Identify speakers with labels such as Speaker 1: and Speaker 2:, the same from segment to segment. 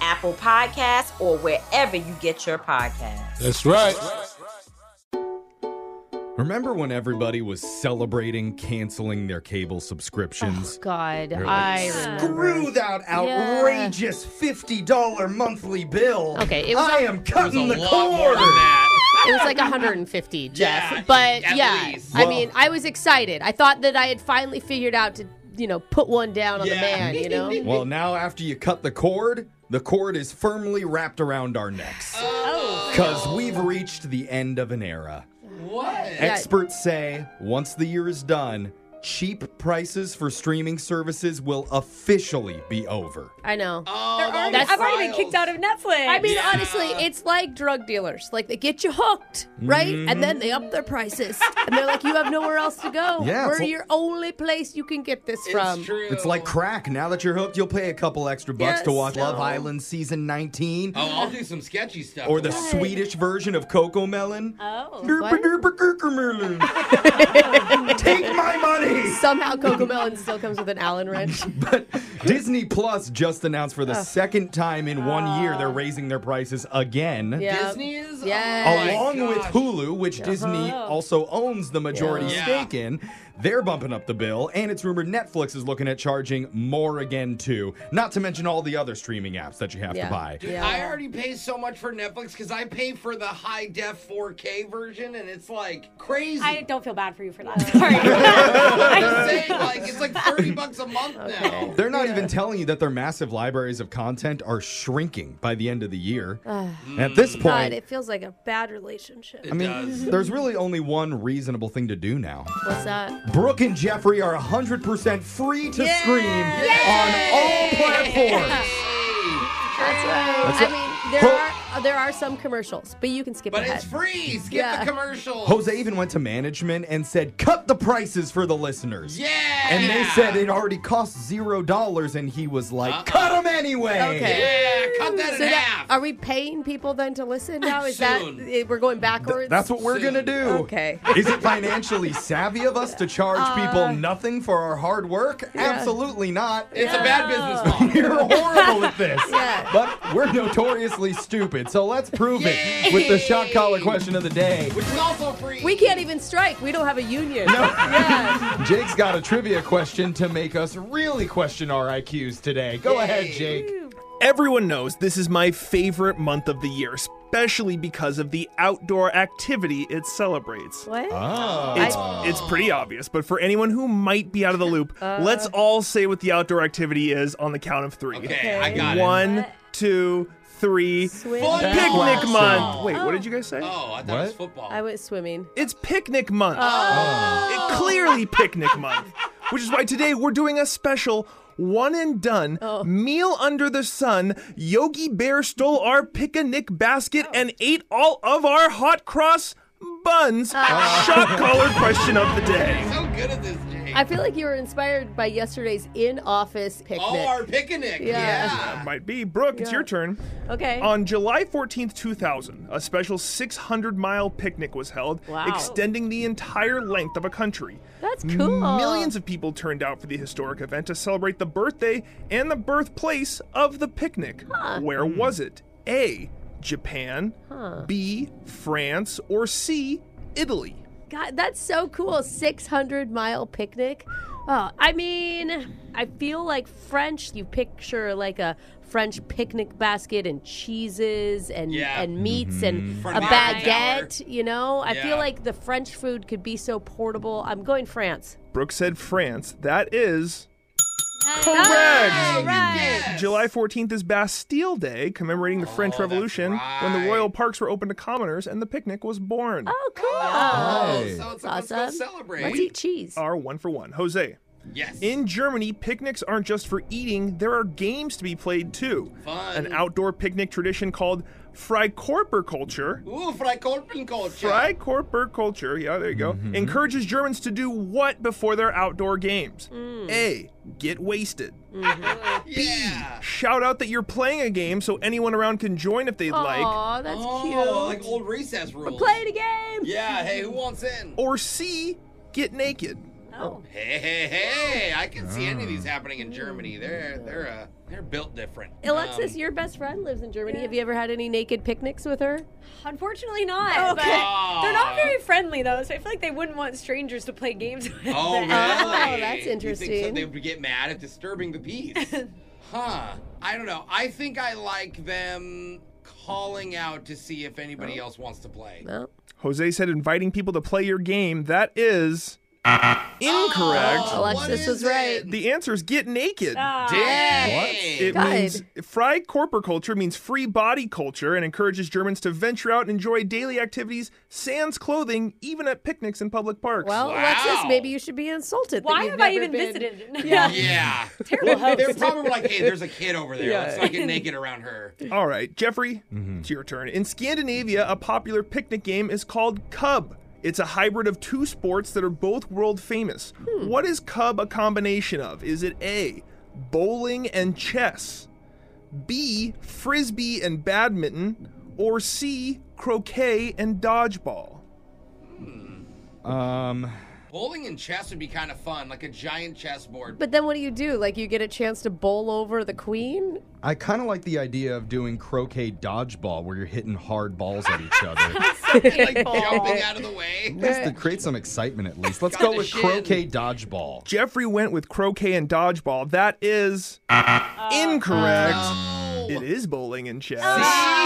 Speaker 1: Apple Podcasts, or wherever you get your podcasts.
Speaker 2: That's right.
Speaker 3: Remember when everybody was celebrating canceling their cable subscriptions?
Speaker 4: God,
Speaker 3: You're like,
Speaker 4: I
Speaker 5: Screw that outrageous $50 monthly bill.
Speaker 6: Okay, it was
Speaker 5: I
Speaker 6: a-
Speaker 5: am cutting the
Speaker 2: There's a lot more
Speaker 5: cord.
Speaker 2: than that.
Speaker 6: It was like 150, Jeff.
Speaker 2: Yeah,
Speaker 6: but
Speaker 2: at
Speaker 6: yeah,
Speaker 2: least.
Speaker 6: I mean, I was excited. I thought that I had finally figured out to, you know, put one down on the
Speaker 2: Yeah.
Speaker 6: man. You know,
Speaker 3: Well, now after you cut the cord, the cord is firmly wrapped around our necks. Because we've reached the end of an era.
Speaker 2: What?
Speaker 3: Experts say once the year is done, cheap prices for streaming services will officially be over.
Speaker 6: I know.
Speaker 2: Oh,
Speaker 6: That's-
Speaker 7: I've already been kicked out of Netflix.
Speaker 6: I mean, honestly, it's like drug dealers. Like they get you hooked, right?
Speaker 2: Mm-hmm.
Speaker 6: And then they up their prices, and they're like, "You have nowhere else to go.
Speaker 3: Yeah,
Speaker 6: We're
Speaker 3: it's l-
Speaker 6: your only place you can get this from."
Speaker 2: It's true.
Speaker 3: It's like crack. Now that you're hooked, you'll pay a couple extra bucks to
Speaker 6: Yes.
Speaker 3: watch Love Island season 19
Speaker 2: Oh, I'll do some sketchy stuff.
Speaker 3: or the Swedish version of Coco Melon.
Speaker 7: oh.
Speaker 6: What?
Speaker 3: Derpa-derpa-kirkermelon. Take my money!
Speaker 6: Somehow, Coco Melon still comes with an Allen wrench.
Speaker 3: But Disney Plus just announced for the second time in one year they're
Speaker 6: Ah.
Speaker 3: raising their prices again.
Speaker 6: Yeah.
Speaker 2: Disney is?
Speaker 6: Yeah.
Speaker 2: Oh my
Speaker 3: Along with
Speaker 2: gosh. Uh-huh.
Speaker 3: Hulu, which Disney also owns the majority
Speaker 2: Yeah.
Speaker 3: stake in, they're bumping up the bill, and it's rumored Netflix is looking at charging more again too. Not to mention all the other streaming apps that you have
Speaker 6: Yeah.
Speaker 3: to buy.
Speaker 2: Dude, I already pay so much for Netflix because I pay for the high def 4K version, and it's like crazy.
Speaker 8: I don't feel bad for you for that. Sorry.
Speaker 2: I'm saying, like, it's like 30 bucks a month now.
Speaker 3: They're not even telling you that their massive libraries of content are shrinking by the end of the year. At this point,
Speaker 6: God, it feels like a bad relationship.
Speaker 3: I mean, there's really only one reasonable thing to do now.
Speaker 6: What's that?
Speaker 3: Brooke and Jeffrey are 100% free to stream on all platforms.
Speaker 6: That's right.
Speaker 3: That's
Speaker 6: I
Speaker 3: right.
Speaker 6: mean, there
Speaker 3: Ho-
Speaker 6: are there are some commercials, but you can skip
Speaker 2: But
Speaker 6: ahead.
Speaker 2: it's free. Skip
Speaker 6: Yeah.
Speaker 2: the commercials.
Speaker 3: Jose even went to management and said, cut the prices for the listeners.
Speaker 2: Yeah.
Speaker 3: And they said it already cost zero dollars, and he was like, cut them anyway.
Speaker 6: Okay.
Speaker 2: Uh-uh. Yeah, cut that in
Speaker 6: So that,
Speaker 2: half.
Speaker 6: are we paying people then to listen now? Is
Speaker 2: Soon.
Speaker 6: that eh, we're going backwards?
Speaker 3: That's what we're going to do.
Speaker 6: Okay.
Speaker 3: Is it financially savvy of us to charge
Speaker 2: Uh,
Speaker 3: people nothing for our hard work? Absolutely not.
Speaker 2: It's a
Speaker 6: Oh.
Speaker 2: bad business model.
Speaker 3: You're horrible at this.
Speaker 6: Yeah.
Speaker 3: But we're notoriously stupid, so let's prove it with the shot collar question of the day.
Speaker 2: Which is also free.
Speaker 6: we can't even strike. We don't have a union. Yeah.
Speaker 3: Jake's got a trivia question to make us really question our IQs today. Go ahead, Jake.
Speaker 9: Everyone knows this is my favorite month of the year,
Speaker 3: especially because of the outdoor activity it celebrates.
Speaker 6: What?
Speaker 10: Oh.
Speaker 3: It's,
Speaker 2: Ah.
Speaker 10: I-
Speaker 3: it's pretty obvious, but for anyone who might be out of the loop,
Speaker 11: Uh,
Speaker 3: let's all say what the outdoor activity is on the count of three.
Speaker 2: Okay, I got it.
Speaker 3: One, two, three. Picnic
Speaker 2: Football.
Speaker 3: month. Wait, what did you guys say?
Speaker 2: Oh, I thought it was football. Oh.
Speaker 6: I went swimming.
Speaker 3: It's picnic month. Uh, It- clearly picnic month, which is why today we're doing a special one and done meal under the sun. Yogi Bear stole our picnic basket and ate all of our hot cross buns. Shot collar question of the day.
Speaker 6: I feel like you were inspired by yesterday's in-office picnic.
Speaker 2: Oh, our picnic.
Speaker 3: That might be. Brooke, it's your turn.
Speaker 6: Okay.
Speaker 3: On July 14th, 2000, a special 600 mile picnic was held,
Speaker 6: Wow.
Speaker 3: extending the entire length of a country.
Speaker 6: That's cool.
Speaker 3: Millions of people turned out for the historic event to celebrate the birthday and the birthplace of the picnic. Where was it? A. Japan,
Speaker 6: Huh.
Speaker 3: B. France, or C. Italy?
Speaker 6: God, that's so cool. 600 mile picnic. Oh, I mean, I feel like French, you picture like a French picnic basket and cheeses and,
Speaker 11: Yeah.
Speaker 6: and meats and
Speaker 11: From
Speaker 6: a
Speaker 11: my
Speaker 6: baguette, you know? I
Speaker 3: Yeah.
Speaker 6: feel like the French food could be so portable. I'm going France.
Speaker 3: Brooke said France. That is
Speaker 6: Correct.
Speaker 3: July 14th is Bastille Day, commemorating the
Speaker 2: Oh,
Speaker 3: French Revolution when the royal parks were opened to commoners and the picnic was born.
Speaker 6: Oh, cool.
Speaker 3: Oh,
Speaker 2: so it's
Speaker 6: awesome.
Speaker 2: let's go celebrate.
Speaker 6: Let's eat cheese.
Speaker 3: Are one for one. Jose.
Speaker 2: Yes.
Speaker 3: In Germany, picnics aren't just for eating, there are games to be played too.
Speaker 2: Fun.
Speaker 3: An outdoor picnic tradition called Freikorperkultur.
Speaker 2: Ooh, Freikorpen culture.
Speaker 3: Freikorperkultur, yeah, there you go, encourages Germans to do what before their outdoor games? A. Get wasted. B. Shout out that you're playing a game so anyone around can join if they'd like.
Speaker 6: Aw, that's
Speaker 2: Oh,
Speaker 6: cute.
Speaker 2: like old recess rules.
Speaker 6: Play the game.
Speaker 2: Yeah, hey, who wants in?
Speaker 3: Or C. Get naked.
Speaker 2: Hey, hey, hey! I can see any of these happening in Germany. They're they're uh, they're built different.
Speaker 6: Alexis,
Speaker 2: Um,
Speaker 6: your best friend lives in Germany. Have you ever had any naked picnics with her?
Speaker 11: Unfortunately, not.
Speaker 6: Okay.
Speaker 11: But they're not very friendly though, so I feel like they wouldn't want strangers to play games with.
Speaker 2: Oh, really?
Speaker 11: them.
Speaker 6: that's
Speaker 2: You think so?
Speaker 6: interesting.
Speaker 2: They would get mad at disturbing the peace. huh. I don't know. I think I like them calling out to see if anybody else wants to play.
Speaker 3: Jose said inviting people to play your game. That is incorrect.
Speaker 2: Oh, Alexis what is was
Speaker 3: right. The answer is get naked.
Speaker 2: Dang. What?
Speaker 3: It
Speaker 2: God.
Speaker 3: means fry corporate culture means free body culture and encourages Germans to venture out and enjoy daily activities, sans clothing, even at picnics in public parks.
Speaker 6: Well, Alexis, maybe you should be insulted. that
Speaker 11: Why
Speaker 6: you've
Speaker 11: have I
Speaker 6: never
Speaker 11: even
Speaker 6: been-
Speaker 11: visited?
Speaker 6: Yeah.
Speaker 2: Yeah.
Speaker 11: Terrible host.
Speaker 2: They're probably like, hey, there's a kid over there.
Speaker 3: Yeah.
Speaker 2: Let's not get naked around her.
Speaker 3: All right, Jeffrey, it's your turn. In Scandinavia, a popular picnic game is called Cub. It's a hybrid of two sports that are both world famous. What is Cub a combination of? Is it A, bowling and chess, B, frisbee and badminton, or C, croquet and dodgeball?
Speaker 12: Um,
Speaker 2: Bowling and chess would be kind of fun, like a giant chessboard.
Speaker 6: But then what do you do? Like you get a chance to bowl over the queen?
Speaker 12: I kind of like the idea of doing croquet dodgeball where you're hitting hard balls at each other.
Speaker 2: like jumping out of the way.
Speaker 12: at least to create some excitement, at least. Let's go with croquet dodgeball.
Speaker 3: Jeffrey went with croquet and dodgeball. That is incorrect.
Speaker 2: Oh.
Speaker 3: It is bowling and chess.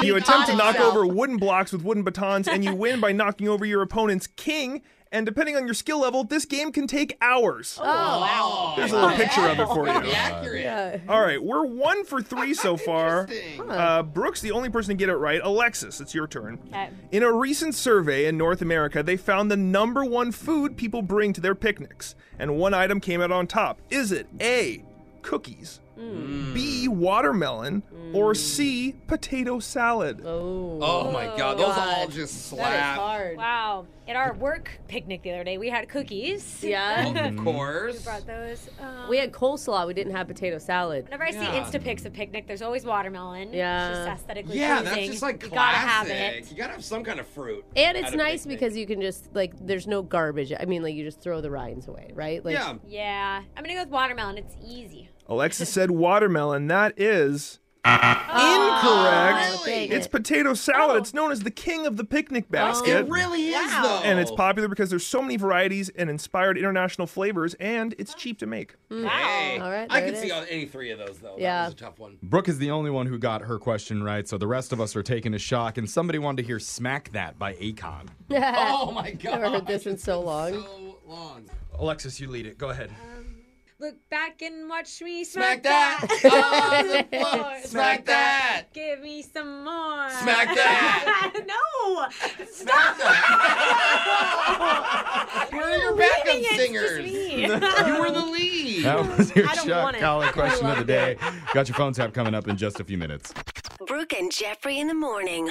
Speaker 10: See?
Speaker 3: you
Speaker 10: He
Speaker 3: attempt
Speaker 10: caught
Speaker 3: to knock
Speaker 10: himself.
Speaker 3: over wooden blocks with wooden batons, and you win by knocking over your opponent's king. And depending on your skill level, this game can take hours.
Speaker 2: Oh, wow.
Speaker 3: There's a little picture of it for you.
Speaker 2: Accurate.
Speaker 3: All right, we're one for three so far. Uh, Brooks, the only person to get it right. Alexis, it's your turn.
Speaker 11: Okay.
Speaker 3: In a recent survey in North America, they found the number one food people bring to their picnics, and one item came out on top. Is it A, cookies, B, watermelon, or C, potato salad?
Speaker 6: Oh,
Speaker 2: Oh my god, those all just slap.
Speaker 11: Wow. At our work picnic the other day, we had cookies.
Speaker 6: Yeah.
Speaker 2: Oh, Of course.
Speaker 11: we Uh, brought those.
Speaker 2: Oh.
Speaker 11: Um,
Speaker 6: We had coleslaw. We didn't have potato salad.
Speaker 11: Whenever I see Insta pics of picnic, there's always watermelon.
Speaker 6: Yeah.
Speaker 11: It's just aesthetically
Speaker 2: Yeah,
Speaker 11: pleasing.
Speaker 2: that's just like
Speaker 11: you
Speaker 2: classic.
Speaker 11: gotta have it.
Speaker 2: You gotta have some kind of fruit.
Speaker 6: And
Speaker 2: at
Speaker 6: it's
Speaker 2: a
Speaker 6: nice
Speaker 2: picnic.
Speaker 6: because you can just like there's no garbage. I mean, like you just throw the rinds away, right? Like
Speaker 11: Yeah. I'm gonna go with watermelon. It's easy.
Speaker 3: Alexis said watermelon. That is Incorrect.
Speaker 2: Oh,
Speaker 6: dang
Speaker 3: It's potato salad. It's known as the king of the picnic basket.
Speaker 2: Oh, It really is, though.
Speaker 3: And it's popular because there's so many varieties and inspired international flavors, and it's cheap to make.
Speaker 2: Hey,
Speaker 6: All right,
Speaker 2: I
Speaker 6: there
Speaker 2: can
Speaker 6: it
Speaker 2: see
Speaker 6: is.
Speaker 2: all, any three of those though.
Speaker 6: Yeah.
Speaker 2: That was a tough one.
Speaker 12: Brooke is the only one who got her question right, so the rest of us are taking a shock, and somebody wanted to hear Smack That by Akon.
Speaker 2: Oh, my God.
Speaker 6: Never heard this in so long.
Speaker 12: Alexis, you lead it. Go ahead.
Speaker 11: Look back and watch me
Speaker 2: Smack
Speaker 11: smack,
Speaker 2: that. Oh.
Speaker 11: on the floor.
Speaker 2: Smack that.
Speaker 11: Give me some more.
Speaker 2: Smack that.
Speaker 11: no. Stop.
Speaker 2: We're your
Speaker 11: I'm
Speaker 2: backup
Speaker 11: leaving, it's just
Speaker 2: singers.
Speaker 11: me.
Speaker 2: you were the lead.
Speaker 12: That was your
Speaker 10: I don't
Speaker 12: shock
Speaker 10: want it.
Speaker 12: collar question of
Speaker 10: I
Speaker 12: the
Speaker 10: love
Speaker 12: day. Got your phone tap coming up in just a few minutes.
Speaker 10: Brooke and Jeffrey in the morning.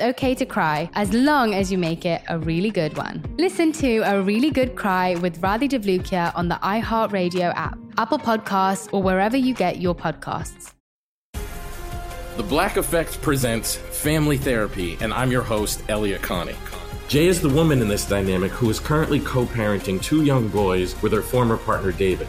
Speaker 4: okay to cry as long as you make it a really good one. Listen to A Really Good Cry with Radhi Devlukia on the iHeartRadio app, Apple Podcasts, or wherever you get your podcasts.
Speaker 13: The Black Effect presents Family Therapy, and I'm your host, Elliot Connie. Jay is the woman in this dynamic who is currently co parenting two young boys with her former partner, David.